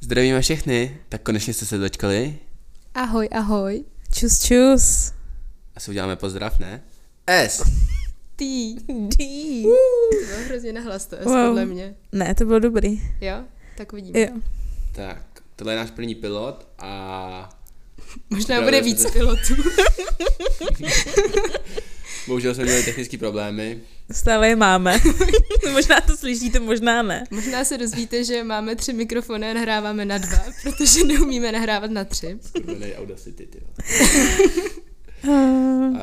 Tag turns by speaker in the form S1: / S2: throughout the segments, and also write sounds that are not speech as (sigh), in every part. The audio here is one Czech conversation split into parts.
S1: Zdravíme všechny, tak konečně jste se dočkali.
S2: Ahoj, ahoj. Čus, čus.
S1: Asi uděláme pozdrav, ne? S!
S3: Ty.
S2: Dí.
S3: No, hrozně nahlas to, wow.
S2: Wow.
S3: podle mě.
S2: Ne, to bylo dobrý.
S3: Jo? Tak vidíme.
S2: Jo.
S1: Tak, tohle je náš první pilot a
S3: Možná
S1: Právě
S3: bude
S1: jsme
S3: víc
S1: to-
S3: pilotů. (laughs)
S1: bohužel jsme měli technické problémy.
S2: Stále je máme. (laughs) možná to slyšíte, možná ne.
S3: Možná se dozvíte, že máme tři mikrofony a nahráváme na dva, (laughs) protože neumíme nahrávat na tři.
S1: Skurvenej Audacity, ty. vole.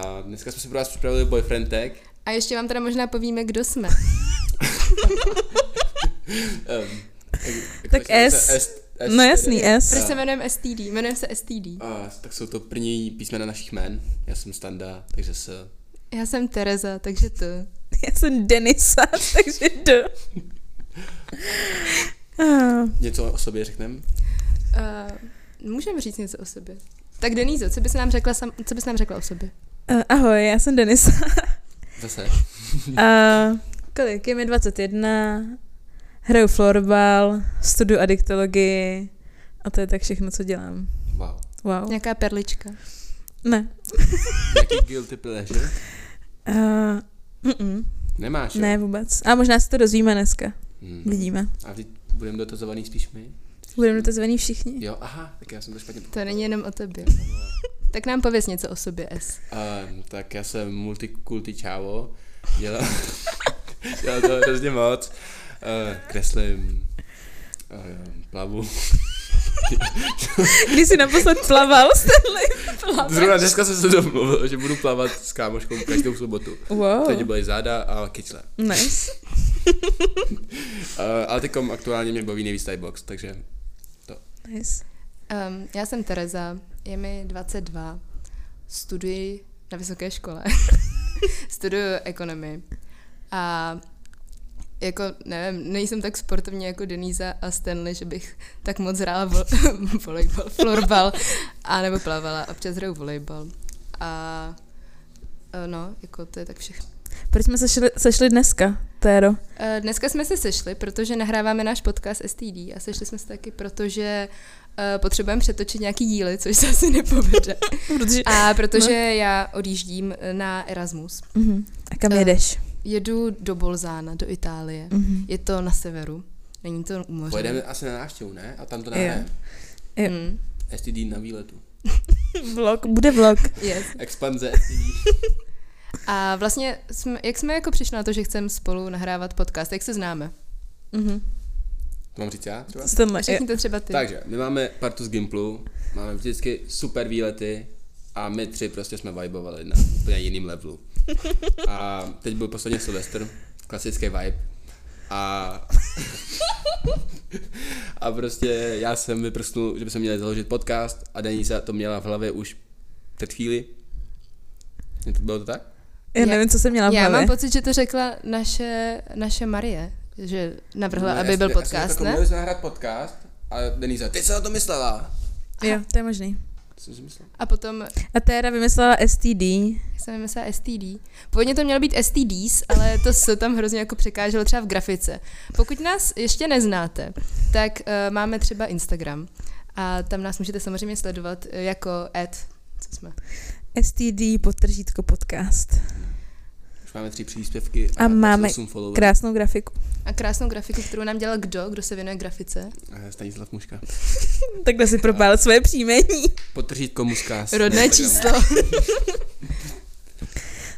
S1: A dneska jsme si pro vás připravili boyfriendek.
S3: A ještě vám teda možná povíme, kdo jsme.
S1: Um,
S2: Tak S. No jasný,
S3: Proč
S2: S.
S3: se jmenujeme STD? Jmenujeme se STD.
S1: A, tak jsou to první písmena našich jmen. Já jsem Standa, takže se...
S3: Já jsem Tereza, takže to.
S2: Já jsem Denisa, (laughs) takže D. Ah,
S1: Něco o sobě řekneme?
S3: Uh, můžeme říct něco o sobě. Tak Denízo, co bys nám řekla, sam, co bys nám řekla o sobě?
S2: eh, Ahoj, já jsem Denisa.
S1: Zase.
S2: A kolik? Je mi 21, hraju florbal, studuju adiktologii a to je tak všechno, co dělám.
S1: Wow.
S2: Wow.
S3: Nějaká perlička.
S2: Ne.
S1: Jaký guilty pleasure?
S2: Uh, mm-mm.
S1: Nemáš, jo?
S2: ne vůbec. A možná se to dozvíme dneska.
S1: Hmm.
S2: Vidíme.
S1: A vždyť budeme dotazovaný spíš my?
S2: Budeme to zvaní všichni.
S1: Jo, aha, tak já jsem to špatně
S3: To není jenom o tobě.
S1: pochopil.
S3: Tak nám pověz něco o sobě, S.
S1: Um, tak já jsem multikulti čávo, dělám, dělám to hrozně moc, uh, kreslím, uh, plavu.
S2: Když jsi naposled plaval, Stanley.
S1: Zrovna dneska jsem se domluvil, že budu plavat s kámoškou každou sobotu.
S2: Wow.
S1: Teď byly záda a kyčle.
S2: Nice.
S1: Uh, ale teďkom aktuálně mě baví nejvíc Thai box, takže
S2: Nice.
S3: Um, já jsem Tereza, je mi 22, studuji na vysoké škole, (laughs) studuji ekonomii a jako, nevím, nejsem tak sportovní jako Denýza a Stanley, že bych tak moc hrála vo- (laughs) volejbal, florbal a nebo plavala, občas hraju volejbal a e, no, jako to je tak všechno.
S2: Proč jsme se šli, sešli dneska, Téro?
S3: Eh, Dneska jsme se sešli, protože nahráváme náš podcast STD a sešli jsme se taky, protože eh, potřebujeme přetočit nějaký díly, což se asi nepovede.
S2: No, Protože... A...
S3: A protože já odjíždím eh, na Erasmus.
S2: Uh-huh. a kam
S3: Eh.
S2: jedeš?
S3: Jedu do Bolzána, do Itálie.
S2: Uh-huh.
S3: Je to na severu, není to u moře.
S1: pojedeme asi na návštěvu, ne? A tam to
S2: Jo.
S1: dáme.
S2: Jo.
S3: Mm,
S1: STD na výletu.
S2: Vlog, bude vlog.
S3: yes.
S1: Expanze STD.
S3: A vlastně, jsme, jak jsme jako přišli na to, že chceme spolu nahrávat podcast, jak se známe?
S2: Uh-huh.
S1: To mám říct já třeba?
S2: Stanley. jo.
S3: Všichni to třeba ty.
S1: Takže, my máme partu z Gimplu, máme vždycky super výlety a my tři prostě jsme vibovali na úplně jiným levelu. A teď byl posledně Silvestr, klasický vibe. A, (laughs) a prostě já jsem vyprsknul, že bychom měli založit podcast a Denisa to měla v hlavě už před chvíli. Je to- Bylo to tak?
S2: Já nevím, co jsem měla v
S3: Já
S2: hlavě.
S3: mám pocit, že to řekla naše, naše Marie, že navrhla,
S1: No,
S3: aby
S1: já jsem-
S3: byl
S1: já jsem
S3: podcast,
S1: řekl,
S3: ne?
S1: Měli jsme nahrát podcast a Denisa, teď se na to myslela.
S2: Jo, to je možný.
S1: Co jsem si myslel?
S3: A potom
S2: A Téra vymyslela STD.
S3: jsem myslela STD. Původně to mělo být STDs, ale to se tam hrozně jako překáželo třeba v grafice. Pokud nás ještě neznáte, tak uh, máme třeba Instagram a tam nás můžete samozřejmě sledovat eh, jako ad, co jsme.
S2: STD potržítko podcast.
S1: Už máme tři příspěvky a,
S2: A máme
S1: 28 followerů.
S2: Krásnou grafiku. (laughs)
S3: A krásnou grafiku, kterou nám dělal kdo, kdo se věnuje grafice?
S1: Eh, Stanislav Muška.
S2: Takhle si propál své příjmení. (laughs)
S1: Potržítko Muška.
S3: Rodné číslo.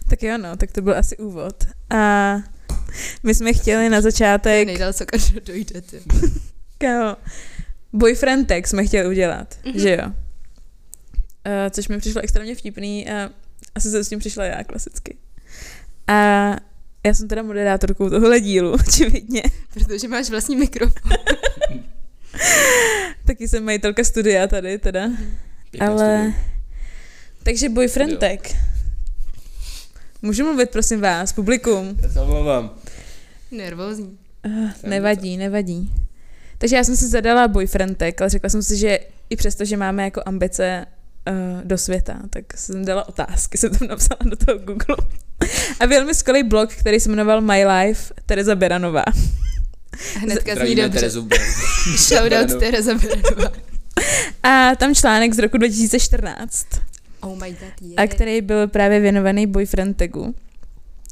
S2: Tak jo, no, tak to byl asi úvod. A my jsme chtěli na začátek,
S3: Nejdál, co každý dojde. Ty.
S2: kámo, boyfriend tag jsme chtěli udělat, mm-hmm. že jo? Uh, což mi přišlo extrémně vtipný a asi jsem s tím přišla já klasicky. A já jsem teda moderátorkou tohle dílu, (laughs) očividně.
S3: Protože máš vlastní mikrofon.
S2: Taky jsem majitelka studia tady, teda. Ale... Takže boyfriend
S1: Studio.
S2: tag. Můžu mluvit, prosím vás, publikum?
S1: Já se omlouvám.
S3: Nervózní.
S2: Uh,
S1: Jsem
S2: nevadí, nevadí. Takže já jsem si zadala boyfriend tag, ale řekla jsem si, že i přesto, že máme jako ambice uh, do světa, tak jsem dala otázky, jsem tam napsala do toho Google. A byl mi skvělý blog, který se jmenoval My Life Tereza Beranová.
S3: Hnedka zní
S1: Zdravíme
S3: dobře.
S1: Terezu Bell.
S3: Shoutout
S1: Berenová.
S3: Tereza Berenová.
S2: A tam článek z roku 2014,
S3: Oh my god, je.
S2: a který byl právě věnovaný boyfriend tagu.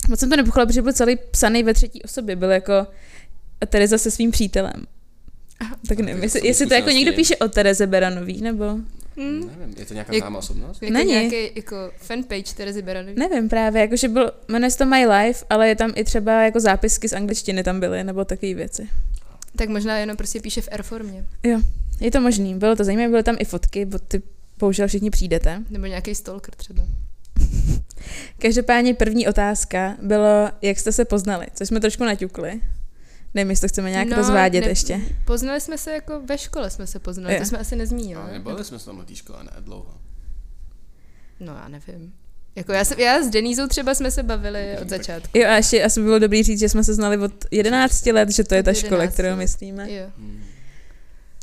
S2: Moc jsem to nepochopila, protože byl celý psaný ve třetí osobě, byl jako Tereza se svým přítelem. Tak nevím,
S1: tak
S2: jestli,
S1: jsou
S2: jestli to jako
S1: zkušenosti.
S2: někdo píše o Tereze Beranový, nebo Hmm?
S3: Hm?
S1: No, Nevím, je to nějaká
S3: Jak-
S1: známá osobnost?
S3: Jako
S2: Není.
S3: nějaký jako fanpage Terezy Beranové.
S2: nevím právě, jakože byl, jmenuje se to My Life, ale je tam i třeba jako zápisky z angličtiny tam byly, nebo takové věci.
S3: Tak možná jenom prostě píše v R-formě.
S2: Je to možný, bylo to zajímavé, byly tam i fotky, bo ty bohužel všichni přijdete.
S3: Nebo nějaký stalker třeba.
S2: Každopádně první otázka bylo, jak jste se poznali, což jsme trošku naťukli. Nevím, jestli to chceme nějak
S3: No,
S2: no, rozvádět
S3: ne-
S2: ne... ještě.
S3: Poznali jsme se jako ve škole jsme se poznali,
S2: Jo.
S3: to jsme asi
S1: Ale
S3: nezmínili.
S1: nebavili jsme se tam na té škole, ne dlouho.
S3: No já nevím. Jako já, jsem, já s Denízou třeba jsme se bavili od začátku.
S2: Jo a ještě asi by bylo dobrý říct, že jsme se znali od 11 let, že to je ta
S3: Od
S2: škola,
S3: 11
S2: kterou
S3: let.
S2: myslíme.
S3: Jo.
S1: Hmm.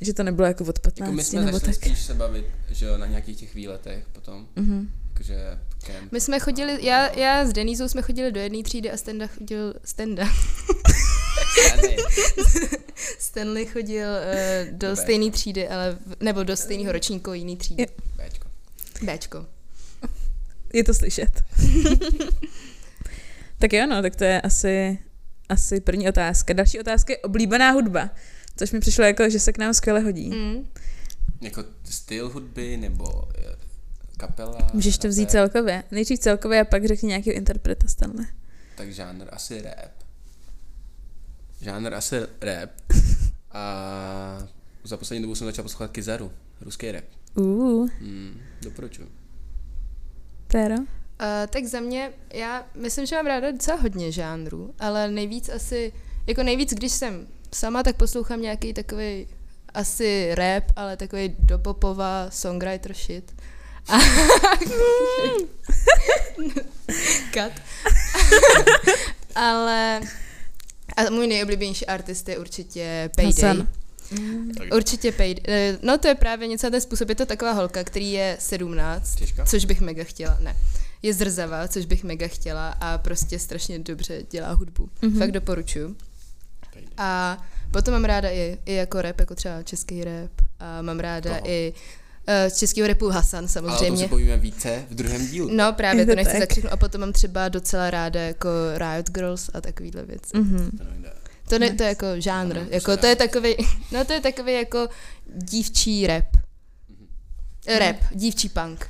S2: Že to nebylo jako od
S1: Jako
S2: 15
S1: my jsme
S2: nebo
S1: začali
S2: tak.
S1: spíš se bavit, že jo, na nějakých těch výletech potom,
S2: Mhm.
S1: jakože kemp.
S3: My jsme chodili, já, já s Denízou jsme chodili do jedné třídy a Stenda chodil, Stenda, (laughs)
S1: Žádnej.
S3: Stanley chodil uh, do
S1: Do B.
S3: stejné třídy, ale, v- nebo do stejného ročníku jiný třídy.
S2: Jo.
S1: Béčko.
S3: Bčko.
S2: Je to slyšet. tak jo, no, tak to je asi, asi první otázka. Další otázka je oblíbená hudba, což mi přišlo jako, že se k nám skvěle hodí.
S3: Mm.
S1: Jako styl hudby nebo eh, kapela.
S2: Můžeš to vzít
S1: rapper,
S2: celkově. Nejdřív celkově a pak řekni nějakého interpreta Stanley.
S1: Tak žánr asi rap. Žánr asi rap.
S2: (laughs)
S1: A za poslední dobu jsem začal poslouchat Kizaru, ruský rap.
S2: Uh,
S1: Hmm, doporučuji.
S2: Péro?
S3: Uh, tak za mě, já myslím, že mám ráda docela hodně žánrů, ale nejvíc asi, jako nejvíc, když jsem sama, tak poslouchám nějaký takový asi rap, ale takový dopopová songwriter shit. A... (laughs) Cut. (laughs) ale a můj nejoblíbenější artist je určitě Payday.
S2: Hasan.
S3: Určitě Payday. No to je právě něco na ten způsob. Je to taková holka, který je 17
S1: Těžká?
S3: což bych mega chtěla, ne. Je zrzavá, což bych mega chtěla a prostě strašně dobře dělá hudbu.
S2: Mhm.
S3: Mm-hmm. Fakt doporučuju.
S1: Pejde.
S3: A potom mám ráda i, i jako rap, jako třeba český rap. A mám ráda
S1: Koho?
S3: Koho? i eh, z českého rapu
S1: No.
S3: Hasan
S1: Ale o tom
S3: samozřejmě.
S1: se povíme více v druhém dílu.
S3: No právě,
S2: Je to
S3: to nechci
S2: tak.
S3: zakřiknout. A potom mám třeba docela ráda jako Riot Girls a takovýhle věci.
S2: Mhm.
S1: To nejde.
S3: To, ne,
S2: Nice.
S3: to je jako žánr,
S1: Ano, to
S3: jako
S1: se
S3: to je
S1: dá.
S3: takový, (laughs) no to je takový jako dívčí rap.
S1: Mhm.
S3: Rap, dívčí punk.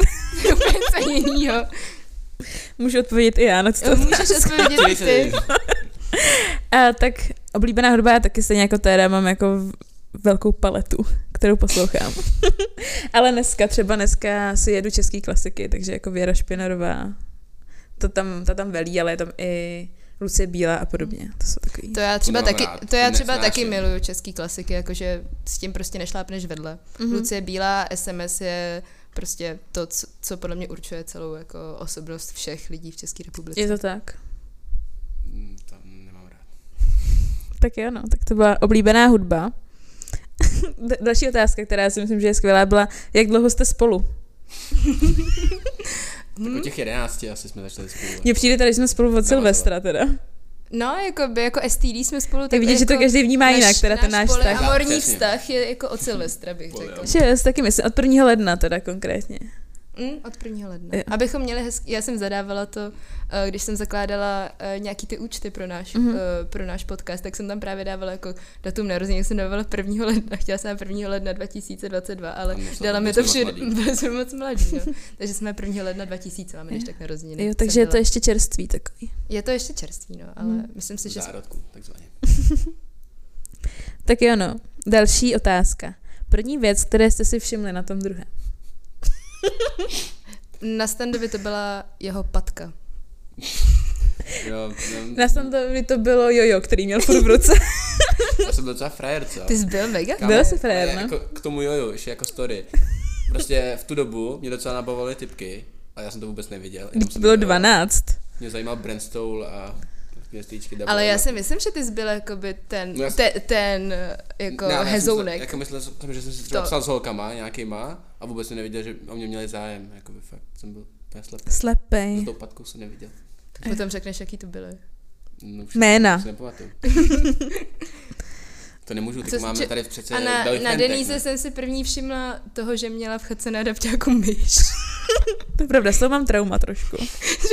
S3: (laughs) Úplně co jinýho.
S2: Můžu odpovědět i já na to.
S3: Můžeš odpovědět i ty.
S2: A, tak oblíbená hudba, já taky stejně jako Téra mám jako v- velkou paletu, kterou poslouchám. (laughs) Ale dneska, třeba dneska si jedu český klasiky, takže jako Věra Špinarová, to tam, ta tam velí, ale je tam i Lucie Bílá a podobně. To jsou takový.
S3: To já třeba
S1: To mám
S3: taky,
S1: rád,
S3: to já
S1: to
S3: třeba
S1: nesnáším.
S3: taky miluju český klasiky, jakože s tím prostě nešlápneš vedle.
S1: Mhm.
S2: Mhm.
S3: Mm-hmm. Lucie Bílá, SMS je prostě to, co, co podle mě určuje celou jako osobnost všech lidí v České republice.
S2: Je to tak.
S1: Mm, To nemám rád.
S2: Tak jo, no, tak to byla oblíbená hudba. (laughs) D- Další otázka, která si myslím, že je skvělá, byla, jak dlouho jste spolu?
S3: Hmm?
S1: Tak po těch jedenácti asi jsme začali spolu. jako
S2: Mně přijde tady, že jsme spolu od
S1: Navazovat.
S2: Silvestra teda.
S3: No, jako, by, jako STD jsme spolu.
S2: Tak vidíš, že
S3: jako
S2: to každý vnímá jinak, teda ten náš vztah.
S1: Tak,
S3: amorní
S1: přesně.
S3: vztah je jako od Silvestra, bych řekla.
S2: Že jo, taky myslím, od 1. ledna teda konkrétně.
S1: Hm?
S3: Mm, od 1. ledna.
S2: Jo.
S3: Abychom měli hezký, já jsem zadávala to, eh, když jsem zakládala eh, nějaký ty účty pro náš,
S1: Mhm.
S3: mm-hmm. pro náš podcast, tak jsem tam právě dávala jako datum narození, jak jsem dávala 1. ledna, chtěla jsem 1. ledna 2022, ale
S1: A my jsme-
S3: dala
S1: my
S3: mi to
S1: jsme moc
S3: všude,
S1: mladí.
S3: (laughs) byli jsme moc mladí, no. takže jsme 1. ledna 2000, máme než tak narozeniny.
S2: Jo,
S3: jsem
S2: takže je to
S3: dala.
S2: ještě čerství takový.
S3: je to ještě čerstvý, no, ale
S2: Mhm.
S3: myslím si,
S1: V
S3: že...
S1: zárodku, takzvaně.
S2: Tak jo, no. Další otázka. První věc, které jste si všimli na tom druhém.
S3: Na standovi to byla jeho patka. (laughs)
S1: Jo, no,
S2: Na standovi to bylo jojo, který měl furt v ruce.
S1: já jsem byl docela frajer, co?
S3: Ty jsi byl mega?
S1: Kámo,
S2: Byl jsi frajer,
S1: ale
S2: no.
S1: Jako, k tomu jojo, ještě jako story. Prostě v tu dobu mě docela nabavovaly typky, ale já jsem to vůbec neviděl. jenom
S2: Když
S1: jsem
S2: bylo
S1: byl-
S2: 12.
S1: Mě zajímal Brandstool a hvězdičky.
S3: Ale já si myslím, že ty jsi byl jakoby ten,
S1: No já-
S3: te, ten jako
S1: ale já jsem
S3: hezounek.
S1: se- Jako myslel jsem, že jsem si třeba
S3: To-
S1: psal s holkama nějakýma a vůbec jsem neviděl, že o mě měli zájem. Jakoby fakt jsem byl úplně slepý. S
S2: Slepej.
S1: tou patkou jsem neviděl.
S3: Potom řekneš, jaký to byly.
S1: No,
S2: Jména.
S1: To,
S3: (laughs)
S1: nepamatuju. to nemůžu, tak
S3: Co-
S1: máme
S3: či-
S1: tady přece
S3: A na,
S1: Boyfriend
S3: na
S1: Tech,
S3: Denise
S1: ne?
S3: jsem si první všimla toho, že měla v chatce na adaptáku myš. (laughs)
S2: To je pravda, z toho mám trauma trošku.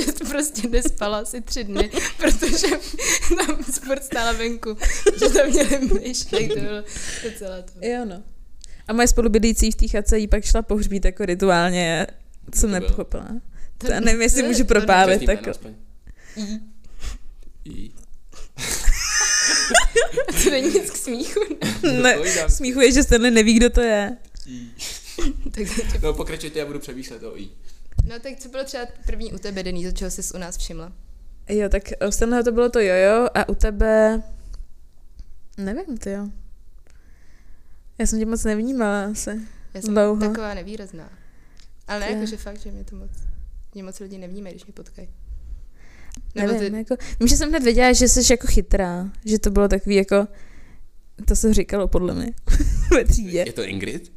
S3: že to prostě nespala asi tři dny, protože tam sport stála venku, že tam měli myš, tak to bylo docela to.
S2: Jo, no. A moje spolubydlící v té chatce jí pak šla pohřbít jako rituálně, co jsem
S1: To bylo?
S2: nepochopila. To, já nevím, jestli můžu propálit.
S1: Křestný
S2: tak-
S1: jméno aspoň. I.
S3: To, to není nic k smíchu.
S2: Ne,
S1: Povídám.
S2: smíchu je, že Stanley neví, kdo to je.
S1: I.
S3: Tak to tě...
S1: No pokračujte, já budu přemýšlet o I.
S3: No tak co bylo třeba první u tebe, Denise, čeho jsi u nás všimla?
S2: Jo, tak u Stanleyho to bylo to jojo a u tebe... Nevím, ty jo. Já jsem tě moc nevnímala asi.
S3: Já jsem
S2: Dlouho.
S3: taková nevýrazná. Ale ne,
S2: Jo.
S3: jakože fakt, že mě to moc, mě moc lidí nevnímají, když mě potkají. Nebo
S2: Nevím,
S3: ty,
S2: jako, vím, že jsem hned věděla, že jsi jako chytrá, že to bylo takový jako, to se říkalo podle mě (laughs) ve třídě.
S1: Je to Ingrid?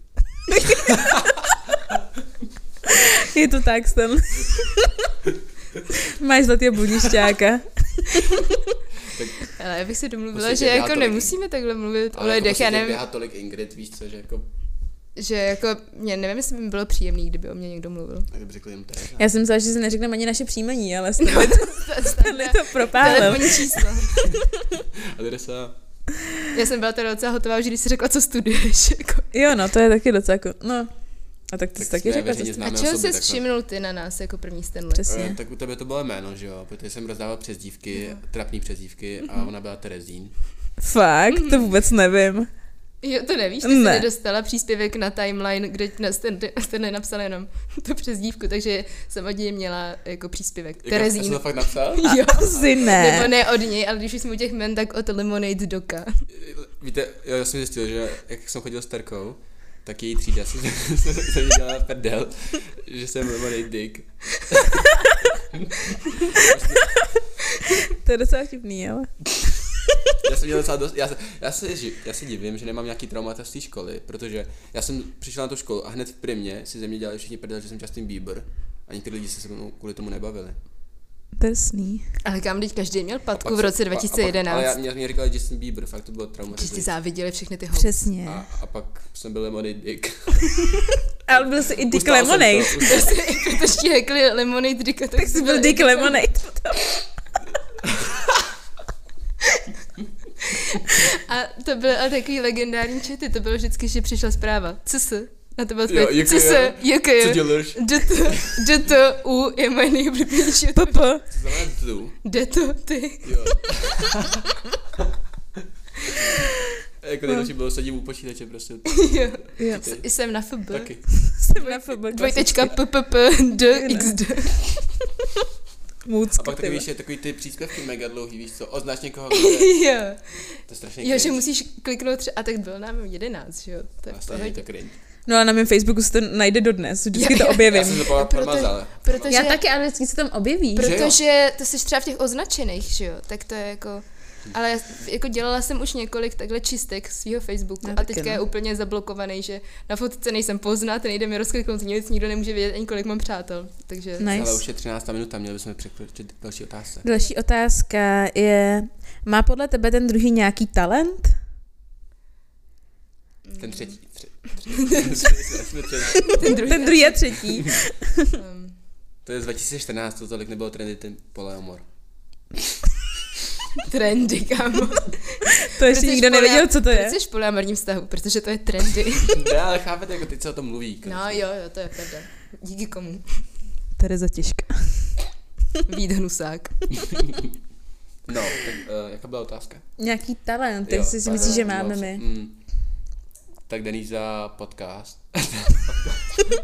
S2: Je to tak, Stan. (laughs) Máš zlatý bludišťáka.
S3: ale já bych se domluvila,
S1: Musíte
S3: že
S1: dělat
S3: jako
S1: tolik.
S3: nemusíme takhle mluvit o
S1: Ale jako
S3: lidech, já
S1: prostě
S3: nevím,
S1: běhá tolik Ingrid, víš co, že jako,
S3: že jako, mě nevím, jestli by mi bylo příjemný, kdyby o mě někdo mluvil.
S1: tak bych řekl jim Tereza.
S2: Já jsem myslela, že si neřekneme ani naše příjmení, ale Stan
S3: No,
S2: Stanley (laughs) to propálil.
S3: telefonní číslo.
S1: Adresa.
S3: Já jsem byla teda docela hotová, že když jsi řekla, co studuješ. Jako.
S2: Jo, no, to je taky docela jako, no. A tak to
S1: Tak
S2: jsi taky
S1: jsme
S2: řekla,
S1: veřejně
S2: co jsi...
S1: Známé
S3: A čeho
S1: osoby
S3: jsi
S1: takhle.
S3: všimnul ty na nás jako první Stanley?
S2: Přesně.
S1: Eh, tak u tebe to bylo jméno, že jo? Protože jsem rozdával přezdívky, trapný přezdívky
S3: Mhm.
S1: a ona byla Terezín.
S2: Fakt, to vůbec (laughs) nevím.
S3: Jo, to nevíš, ty
S2: Ne.
S3: ne. jsi dostala příspěvek na timeline, kde na Stanley, Stanley napsal jenom tu přezdívku, takže jsem od něj měla jako příspěvek.
S1: Jak já- já jsem
S3: (laughs) Terezín.
S1: to fakt napsal?
S3: Jo.
S2: Asi
S3: Nebo
S2: ne.
S3: ne od něj, ale když už jsme u těch men, tak od Lemonade Doka.
S1: Víte, jo, já jsem zjistil, že jak jsem chodil s Terkou, tak její třída se, (laughs) se, se mi dělala prdel, že jsem lemonade dick.
S2: To je docela vtipný, ale.
S1: Já jsem měl docela dost, já, se- já, se, ži- já se divím, že nemám nějaký traumata z té školy, protože já jsem přišel na tu školu a hned v primě si ze mě dělali všichni prdel, že jsem Justin Bieber. A někteří lidi se se mnou kvůli tomu nebavili.
S2: To je sný.
S3: Ale kam teď každý měl
S1: A
S3: patku
S1: pak
S3: v
S1: se-
S3: roce
S1: a- a pak- Ale já,
S3: 2011.
S1: mě, mě říkali Justin Bieber, fakt to bylo
S3: Když ti
S1: traumatizující.
S3: záviděli všechny ty holky.
S2: Přesně.
S1: A, a pak jsem byl lemonade dick.
S2: Ale byl jsi i Dick
S1: Ustal jsem to,
S2: Lemonade.
S1: ustal-
S3: Protože ti hekli Lemonade Doka, tak,
S2: Tak jsi byl Dick Lemonade.
S3: A to byl ale takový legendární čety, to bylo vždycky, že přišla zpráva. CS. Na to bylo
S1: Jo,
S3: odpověď.
S1: JKJ.
S3: CS,
S1: Co
S3: JKJ.
S1: děláš?
S3: DT, DT, U je moje nejoblíbenější. odpověď.
S2: Popo.
S1: Co znamená tu?
S3: DT, ty.
S1: Jo. jako nejlepší bylo sedím u počítače prostě.
S3: Jo.
S2: Jo.
S1: Ty,
S3: Jsem na FB.
S1: taky.
S2: Jsem na Popo.
S3: Dvojtečka PPP DXD.
S1: A
S2: Můcka,
S1: pak
S2: ty
S1: takový,
S2: vole.
S1: že takový ty příspěvky mega dlouhý, víš co, označ
S3: (laughs)
S1: někoho, kdo je-
S3: Jo.
S1: to je strašně
S3: jo, že
S1: cringe.
S3: musíš kliknout tři, a tak byl nám 11, že jo? To je v
S1: Vlastně je
S3: pohodě.
S1: to cringe.
S2: No a na mém Facebooku se to najde dodnes, vždycky to
S1: Já jsem
S2: objevím.
S1: to pro-
S3: Proto-
S1: promazal.
S3: protože-
S2: Já taky, ale vždycky se tam objeví.
S1: Pro-
S3: Protože to jsi třeba v těch označených, že jo? Tak to je jako... Ale já- jako dělala jsem už několik takhle čistek svého Facebooku
S2: Já
S3: a
S2: taky,
S3: teďka
S2: no.
S3: je úplně zablokovaný, že na fotce nejsem poznat, nejde mi rozkliknout nic, nikdo nemůže vědět ani kolik mám přátel. Takže
S2: Ne. Nice.
S1: Ale už je 13 minuta, měli bychom překročit k další otázce.
S2: Další otázka je, má podle tebe ten druhý nějaký talent?
S3: mm,
S1: Ten třetí. Tři,
S3: (laughs)
S1: tři, jsme třetí.
S3: ten druhý.
S2: Ten druhý je třetí.
S3: um,
S1: to je z 2014, to tolik nebylo trendy, ten polehomor.
S3: trendy,
S2: (laughs)
S3: kámo.
S2: To ještě
S3: Proč jsi
S2: nikdo
S3: polya-
S2: nevěděl, co to je.
S3: Proč jsi v polyamorním vztahu? Protože to je trendy. (laughs)
S1: Ne, ale chápete, jako teď se o tom mluví.
S3: No jo, jo, to je pravda. Díky komu?
S2: Tereza Těžka.
S3: Vít Hnusák.
S1: No, tak eh, jaká byla otázka?
S2: Nějaký talent,
S1: Jo,
S2: tak si si
S1: tak,
S2: myslíš, že
S1: no,
S2: máme
S1: dobře.
S2: my.
S1: Mm. Tak Denisa podcast.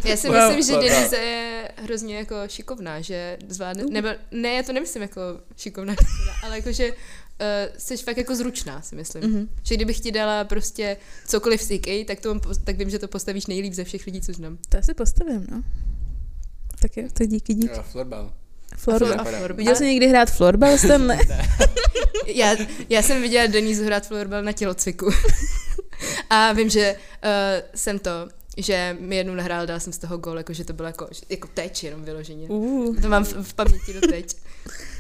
S3: Já si
S2: Wow.
S3: myslím, že
S1: Wow.
S3: Denise je hrozně jako šikovná, že zvládne, nebo ne, já to nemyslím jako šikovná, ale jako, že uh, jsi fakt jako zručná, si myslím. Mm-hmm. Že kdybych ti dala prostě cokoliv z IKEA, tak, to, tak vím, že to postavíš nejlíp ze všech lidí, co znám.
S2: To asi postavím, no. Tak jo, tak díky, díky.
S1: Jo, Florbal.
S2: Florbal.
S1: Flor- vypadá.
S3: florbal.
S2: Viděl jsi někdy hrát florbal, Stanley?
S3: já, já jsem viděla Denise hrát florbal na tělocviku. (laughs) A vím, že uh, jsem to, že mi jednou nahrál, dala jsem z toho gol, jako, že to bylo jako, jako teď jenom vyloženě.
S2: (laughs) Uh, (laughs)
S3: To mám v, v paměti do teď.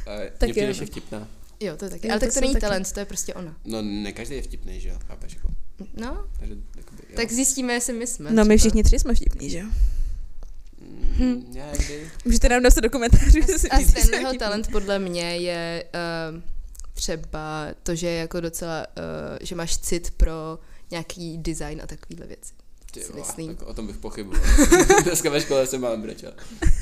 S1: Eh,
S2: Tak
S1: Mně přijde,
S2: jo.
S1: že je vtipná.
S3: Jo, to je taky.
S2: Jo,
S3: Ale
S2: to
S3: tak to
S2: jsem
S3: není
S2: taky.
S3: talent, to je prostě ona.
S1: No ne každý je vtipný, že jo, chápeš jako.
S3: No,
S1: Takže, jakoby, jo.
S3: tak zjistíme, jestli my jsme.
S2: No my
S3: třeba.
S2: všichni tři jsme vtipní, že jo? hm.
S1: Mm, Někdy.
S2: Můžete nám dostat do (laughs) komentářů, jestli si
S3: A
S2: myslíte, že jsme
S3: Stanleyho
S2: vtipní.
S3: talent podle mě je uh, třeba to, že je jako docela, uh, že máš cit pro nějaký design a takovýhle věci.
S1: Ty
S3: si
S1: vole,
S3: myslím.
S1: tak o tom bych pochyboval. (laughs) Dneska ve škole jsem mám brečel.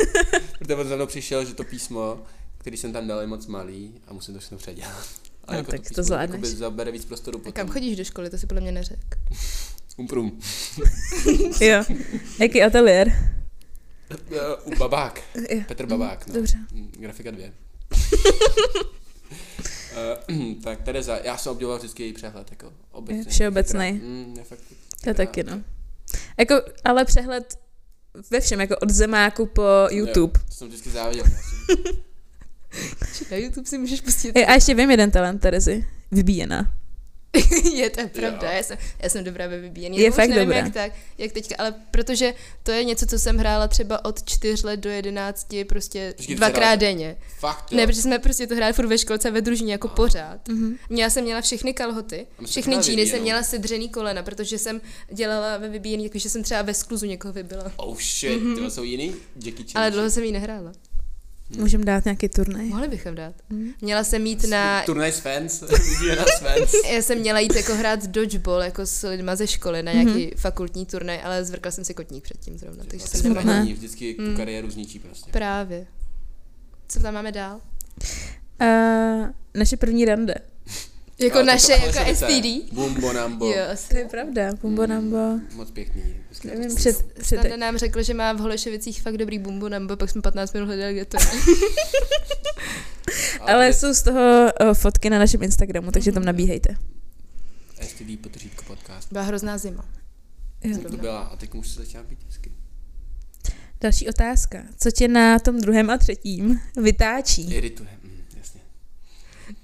S2: (laughs)
S1: Protože on za mnou přišel, že to písmo, který jsem tam dal, je moc malý a musím to všechno předělat. A jako
S2: No, tak to zvládneš.
S1: jakoby zabere víc prostoru
S3: A
S1: potom.
S3: kam chodíš do školy, to si podle mě neřek.
S1: Um, prum.
S2: Jo. Jaký ateliér?
S1: Eh, U babák.
S2: Jo.
S1: Petr Babák. No.
S2: Dobře.
S1: Mm, Grafika dvě. Eh, (clears throat) tak Tereza, já jsem obdivoval vždycky její přehled, jako obecně.
S2: Všeobecnej.
S1: Chytrá. Mm, je fakt chytrá.
S2: Já taky, no. Jako, ale přehled ve všem, jako od zemáku po YouTube.
S1: Jo, to jsem vždycky záviděl. Já jsem-
S3: Na YouTube si můžeš pustit.
S2: Jo. A ještě vím jeden talent Terezy. Vybíjená.
S3: (laughs) je to pravda,
S1: Jo.
S3: já jsem, já jsem dobrá ve vybíjení.
S2: Je
S3: Já už
S2: fakt
S3: nevím,
S2: dobrá.
S3: Jak, tak, jak teďka, ale protože to je něco, co jsem hrála třeba od čtyř let do jedenácti, prostě
S1: Počkej,
S3: dvakrát
S1: dvakrát.
S3: denně.
S1: Fakt, jo.
S3: Ne, protože jsme prostě to hráli furt ve školce ve družině jako pořád.
S2: Mhm.
S3: Já jsem měla všechny kalhoty,
S1: A my jsme
S3: všechny
S1: právě
S3: džíny jsem
S1: vyvíjenou.
S3: měla sedřený kolena, protože jsem dělala ve vybíjení, takže jsem třeba ve skluzu někoho vybila.
S1: Oh shit, mm-hmm. tyhle jsou jiný? Jackie Chan.
S3: Ale dlouho jsem ji nehrála.
S2: Můžeme dát nějaký turnaj.
S3: Mohli bychom dát.
S2: Mhm.
S3: Měla jsem jít na...
S1: Turnaj s fans. (laughs) Vidíme na s fans.
S3: Já jsem měla jít jako hrát dodgeball jako s lidma ze školy na nějaký fakultní turnaj, ale zvrkla jsem si kotník předtím zrovna, No, takže jsem
S2: Smutné.
S3: nemohla.
S1: Zranění Vlastně vždycky tu kariéru zničí prostě.
S3: Právě. Co tam máme dál?
S2: A naše první rande.
S3: Jako
S1: Ale tak
S3: naše,
S1: to máme
S3: jako
S1: šelice.
S3: STD?
S1: Bumbo nambo.
S3: Jo,
S2: To
S3: asi.
S2: je pravda. Bumbo nambo.
S1: Moc pěkný. Hezky
S2: Nevím,
S1: to
S2: před,
S1: vzpomínám.
S2: před,
S3: Standa nám řekl, že má v Holešovicích fakt dobrý bumbu, nebo pak jsme 15 minut hledali, kde to je.
S2: ale jsou z toho eh, fotky na našem Instagramu, takže tam nabíhejte.
S1: tady STD potržítko podcast.
S3: Byla hrozná zima.
S2: Jo.
S1: Tak to byla a teď už se začíná být hezky.
S2: Další otázka. Co tě na tom druhém a třetím vytáčí?
S1: Irituje. Mm, jasně.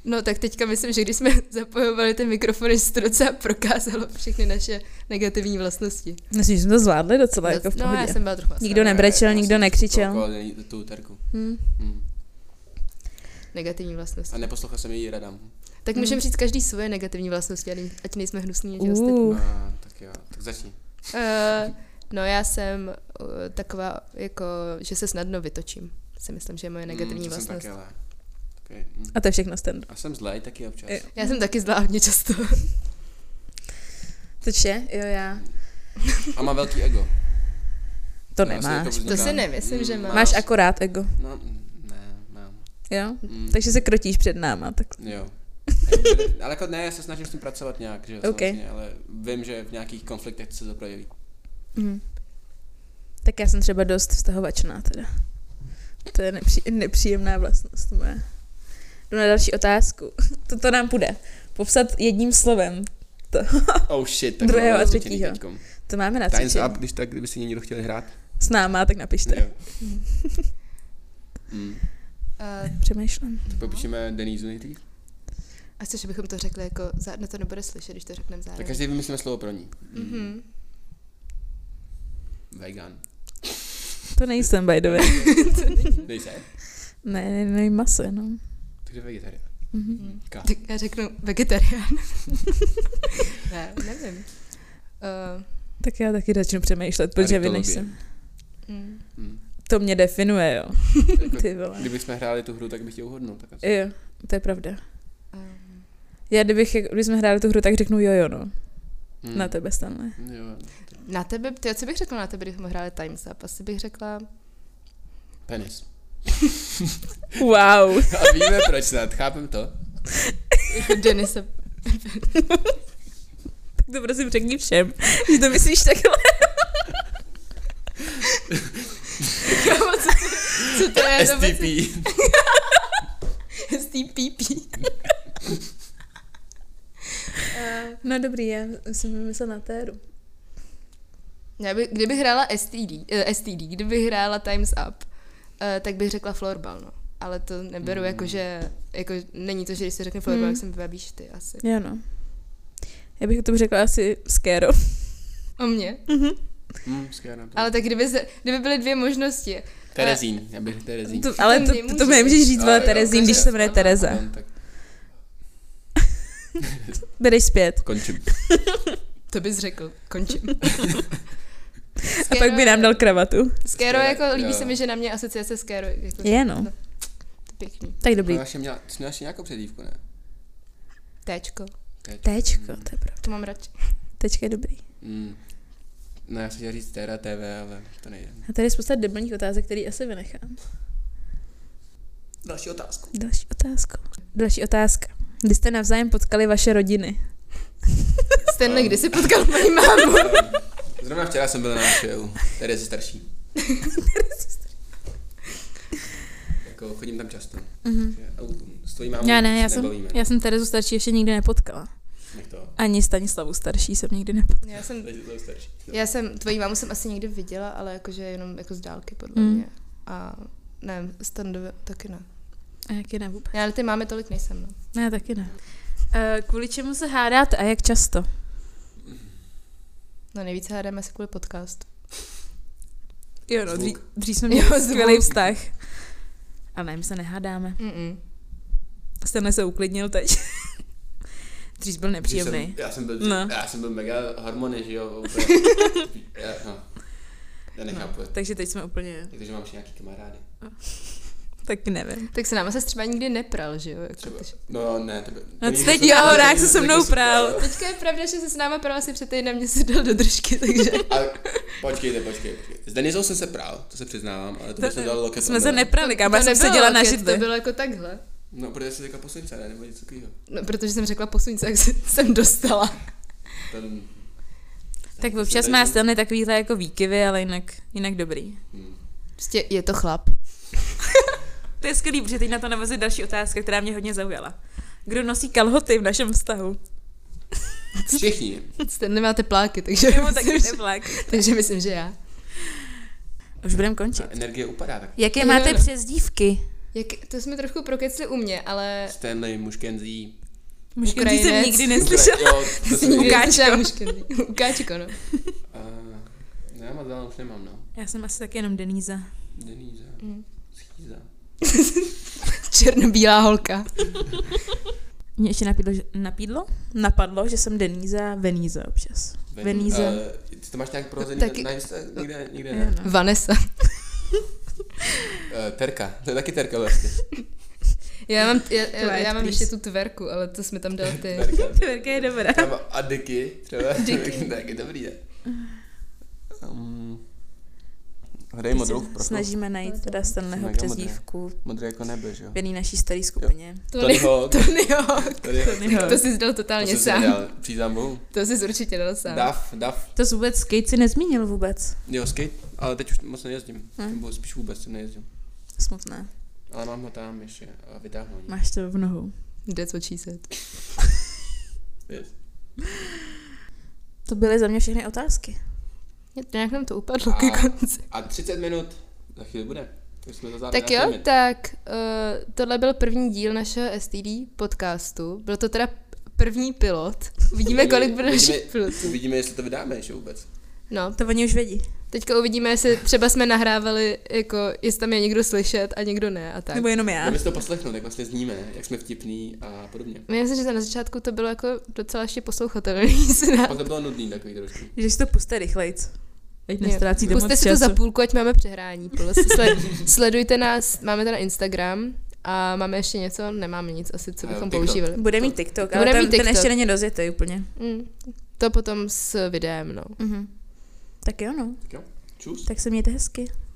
S3: No tak teďka myslím, že když jsme (laughs) zapojovali ten mikrofon, že se to docela prokázalo všechny naše negativní vlastnosti.
S2: Myslím, že jsme to zvládli docela jako v
S3: no já
S2: pohodě.
S3: jsem byla trochu asi
S2: Nikdo nebrečel,
S1: Já jsem
S2: nikdo nekřičel.
S1: provokal Tu terku.
S2: Hm.
S1: Mm.
S3: negativní vlastnosti.
S1: A neposlouchal jsem její radám.
S3: Tak
S2: Hmm.
S3: můžeme říct každý svoje negativní vlastnosti, ať- ať nejsme hnusní. než ostatní.
S2: Uh,
S1: A, tak jo, tak začni.
S3: Eh, no já jsem eh, taková, jako, že se snadno vytočím. Si myslím, že je moje negativní
S1: Hmm, Mm, to jsem
S3: vlastnost.
S1: taky, ale. Taky, mm.
S2: a Eh. to je všechno stand.
S1: A jsem zlej taky občas.
S2: Jo.
S3: Já jsem taky zlá hodně často.
S2: To vše? Jo, já.
S1: A má velký ego.
S2: To
S1: Já si
S2: nemáš.
S1: vznikám.
S3: Vlastně To si nemyslím, že mám.
S2: Máš akorát ego,
S1: Mm, No, mm, ne, mám.
S2: jo?
S1: Mm.
S2: Takže se krotíš před náma, tak (laughs)
S1: Jo. Jakoby- ale jako ne, já se snažím s tím pracovat nějak, že jo,
S2: Ok.
S1: samozřejmě, ale vím, že v nějakých konfliktech to se to projeví.
S2: Mhm. Tak já jsem třeba dost vztahovačná teda. To je nepří, nepříjemná vlastnost moje. Jdu na další otázku. (laughs) Toto nám půjde. Popsat jedním slovem. To,
S1: Oh shit,
S2: tak Ah, Druhého máme a rozlučený třetího. to máme na
S1: Times
S2: cvičení.
S1: up, když tak, kdyby si někdo chtěl hrát.
S2: S náma, tak napište. (laughs)
S1: Mm.
S3: Uh,
S2: Přemýšlím.
S1: To popíšeme Denise nejdřív.
S3: a chceš, abychom to řekli, jako, za, no to nebude slyšet, když to řekneme zároveň.
S1: Tak každý vymyslíme slovo pro ní. Mm.
S3: Mhm.
S1: Vegan.
S2: To nejsem, by the way. Mhm.
S1: Nejse?
S2: Ne, ne, ne, maso jenom.
S1: Takže vegetarián.
S2: Mhm.
S3: Tak já řeknu vegetarián. ne, nevím. Uh,
S2: Tak já taky začnu přemýšlet, protože vy
S1: Aritologii.
S2: nejsem.
S3: mm,
S2: (laughs)
S1: Mm.
S2: To mě definuje, jo.
S1: Jako,
S2: Ty vole.
S1: kdybychom hráli tu hru, tak bych tě uhodnul. Tak asi.
S2: Jo, to je pravda.
S3: um,
S2: Já kdybych, kdybychom hráli tu hru, tak řeknu jojo, no.
S1: Mm.
S2: Na tebe Stanley.
S1: Jo,
S3: na tebe, ty, co bych řekla na tebe, kdybychom hráli Times Up? Asi bych řekla,
S1: penis.
S2: Wow.
S1: A víme proč snad, chápem to.
S3: jako Denise.
S2: Tak to prosím řekni všem, že to myslíš takhle.
S3: Kámo, co, (laughs) co to je?
S1: STP.
S3: STPP. Eh,
S2: No dobrý, já jsem vymyslela na téru.
S3: Já by, kdybych hrála STD, eh, STD, kdybych hrála Times Up, eh, tak bych řekla florbal, no. Ale to neberu
S1: Mm.
S3: mm. jako, že, jako, není to, že když se řekne florbal,
S2: Mm.
S3: mm. tak jsem vybabíš ty asi.
S2: Jo no. Já bych to řekla asi skero.
S3: O mě.
S1: Mm, skvělá to.
S3: Ale tak kdyby, se, kdyby byly dvě možnosti.
S1: Terezín, já bych Terezín.
S2: To, ale
S3: To
S2: to, to,
S3: nemůžeš.
S2: to mi nemůžeš říct, vole,
S1: Ale jo,
S2: Terezín, když
S1: Tereza.
S2: se jmenuje Tereza.
S1: Pardon, tak
S2: Bereš zpět.
S1: Končím.
S3: To bys řekl, končím.
S2: (laughs) A pak by nám dal kravatu.
S3: Skero, jako
S1: Skero,
S3: líbí
S1: jo.
S3: se mi, že na mě asociace Skero. Jako,
S2: Je, no.
S3: To, to pěkný.
S2: Tak dobrý.
S1: Máš měla, ty jsi měla ještě nějakou předívku, ne?
S3: Téčko,
S1: Teď.
S2: Tečko, to je pravda.
S3: to mám radši.
S2: Tečka je dobrý.
S1: Mm. No já jsem chtěl říct Tera TV, ale to nejde.
S2: A tady je spousta debilních otázek, který asi vynechám.
S1: Další otázku.
S2: Další otázka. Další otázka. Kdy jste navzájem potkali vaše rodiny?
S3: Stanley, kdy jsi potkal moji mámu?
S1: (laughs) Zrovna včera jsem byl na návštěvu Terezy starší. jako chodím tam často.
S2: Mhm.
S1: Že au- S tvojí mámou
S2: Já ne,
S1: se
S2: já jsem,
S1: nebavíme.
S2: já jsem Terezu starší ještě nikdy nepotkala.
S1: Nech to.
S2: Ani Stanislavu starší jsem nikdy
S3: (laughs)
S2: nepotkala.
S3: Já jsem,
S1: Terezy jsou starší. No.
S3: já jsem, tvojí mámu jsem asi někdy viděla, ale jakože jenom jako z dálky, podle
S2: Mm.
S3: mě. A ne, standové taky ne.
S2: A jak je ne vůbec?
S3: Já ale ty máme tolik nejsem, no.
S2: Ne, taky ne. Eh, Kvůli čemu se hádáte a jak často?
S3: No nejvíce hádáme se kvůli podcast.
S2: Jo,
S1: no, dří-
S2: dřív (laughs) jsme
S3: měli skvělý
S2: vztah. A ne, my se nehádáme.
S3: Mm-mm.
S2: Stane se uklidnil teď. (laughs) dřív byl
S1: Že jsem-
S2: nepříjemný.
S1: Já jsem byl,
S2: No.
S1: no. já jsem byl mega harmonie, že jo.
S2: (laughs)
S1: úplně. já, no. já nechápu. No.
S2: Takže teď jsme úplně,
S1: Takže mám ještě nějaký kamarády.
S2: Jako taky nevím.
S3: Tak se nám se třeba nikdy nepral, že jo? Jako,
S1: Třeba.
S3: takže-
S1: No ne, to by...
S2: No
S1: to nikdy
S2: teď
S1: jsem-
S2: já horák
S1: nikdy
S2: se se
S1: jsem-
S2: mnou
S1: nikdy jsem-
S2: prál.
S3: Teďka je pravda, že se s náma pral asi před týdnem, mě se dal do držky, takže...
S1: A počkejte, počkejte, počkejte. S Denizou jsem se prál, to se přiznávám, ale to,
S2: To-
S1: bych se dal loket.
S2: Jsme
S1: od
S2: se
S1: Dana.
S2: neprali, kam No, já
S3: To
S2: jsem
S3: nebylo
S2: seděla na
S3: loket, To
S2: židli.
S3: bylo jako takhle.
S1: No, protože jsi říkal posuňce, ne? Nebo něco takového.
S3: No, protože jsem řekla posuň se, jak se- jsem dostala.
S1: Ten...
S2: Tak občas
S1: Tady
S2: má
S1: jsem-
S2: Stany takovýhle jako výkyvy, ale jinak, jinak dobrý.
S1: Hm.
S3: Prostě je to chlap.
S2: To je skvělý, protože teď na to navazuje další otázka, která mě hodně zaujala. Kdo nosí kalhoty v našem vztahu?
S1: Všichni.
S3: Ten nemá tepláky, takže,
S2: Nebo
S1: (laughs)
S2: taky
S3: myslím, že,
S2: teplák.
S3: takže myslím, že já.
S2: Už budeme končit.
S1: Ta energie upadá tak.
S2: Jaké
S3: Jo,
S2: máte
S3: jo.
S2: přezdívky?
S3: Jak, to jsme trochu prokecli u mě, ale...
S1: Stanley, Muškenzí.
S2: Muškenzí jsem
S3: Ukrajinec.
S2: nikdy neslyšela.
S1: Jo,
S3: (laughs)
S1: to jsem
S2: Uka- Ukáčko.
S3: Ukáčko, no.
S1: A, No, já moc dál už nemám, no.
S2: Já jsem asi tak jenom Deníza.
S1: Denýza.
S3: Mm.
S1: Schýza.
S3: Černobílá holka.
S2: Mě ještě napídlo, že- napídlo? Napadlo, že jsem Deníza a Veníza občas.
S1: Ven-
S2: Veníza.
S1: Eh, Ty to máš nějak prohozený
S3: Taky-
S1: na, na Insta? Nikde, nikde
S2: Jo,
S1: ne.
S2: (laughs) no.
S3: Vanessa.
S1: Eh, Terka, to je taky Terka vlastně.
S3: Já mám, já, já,
S2: Quiet,
S3: já mám
S2: please.
S3: ještě tu tverku, ale to jsme tam dali ty.
S1: Terka.
S2: Verka je dobrá.
S1: Třeba a Dicky, třeba.
S3: Dicky.
S1: (laughs) Taky dobrý, ne? Um, hledej
S2: Teď
S1: modrou
S2: se
S1: v profilu.
S2: Snažíme najít teda
S1: Jsem
S2: Stanleyho
S1: mega
S2: přezdívku
S1: Modrý jako nebe, že jo?
S2: v jedné naší staré skupině.
S1: Tony Hawk.
S3: Tony Hawk.
S1: Tady je-
S2: Tony Hawk.
S3: To jsi dal totálně
S1: jsem si
S3: sám.
S1: nedal, Přísám bohu.
S3: To jsi určitě dal sám.
S1: Dav, dav.
S2: To jsi vůbec skate si nezmínil vůbec.
S1: Jo, skate, ale teď už moc nejezdím.
S2: Hm.
S1: Nebo spíš vůbec jsem nejezdím.
S2: Smutné.
S1: Ale mám ho tam ještě eh, a vytáhnu. ho.
S2: Máš to v nohu.
S3: That's what she said.
S1: Yes.
S2: To byly za mě všechny otázky.
S3: Nějak nám to upadlo
S1: A-
S3: ke konci.
S1: A 30 minut za chvíli bude. Už jsme to zvládli
S3: Tak
S1: na
S3: jo,
S1: filmy.
S3: tak uh, tohle byl první díl našeho STD podcastu. Byl to teda první pilot. Uvidíme, kolik bude
S1: uvidíme,
S3: našich pilotů.
S1: uvidíme, jestli to vydáme ještě vůbec.
S3: No,
S2: To oni už vědí.
S3: teďka uvidíme, jestli třeba jsme nahrávali, jako, jestli tam je někdo slyšet a někdo ne a tak.
S2: Nebo jenom já.
S1: Jdeme si to poslechnout, jak vlastně zníme, jak jsme vtipní a
S2: (laughs)
S1: podobně.
S3: Myslím, že to na začátku to bylo jako docela ještě poslouchatelný. (laughs) se dá.
S1: Pak to bylo nudný takový trošku.
S2: Že si to puste rychlejc. Ať nestrácíte moc
S3: Puste si to za
S2: času.
S3: půlku, ať máme přehrání. plus. Sle- Sledujte nás, máme teda Instagram a máme ještě něco, nemáme nic asi, co
S1: A jo,
S3: bychom
S1: TikTok.
S3: používali.
S2: Bude mít TikTok, ale
S3: Bude
S2: ten,
S3: mít
S2: ten
S3: TikTok.
S2: ještě není rozjetý úplně.
S3: Mm. To potom s videem, no.
S2: Mhm. Tak jo no,
S1: Tak jo, čus.
S2: tak se mějte hezky.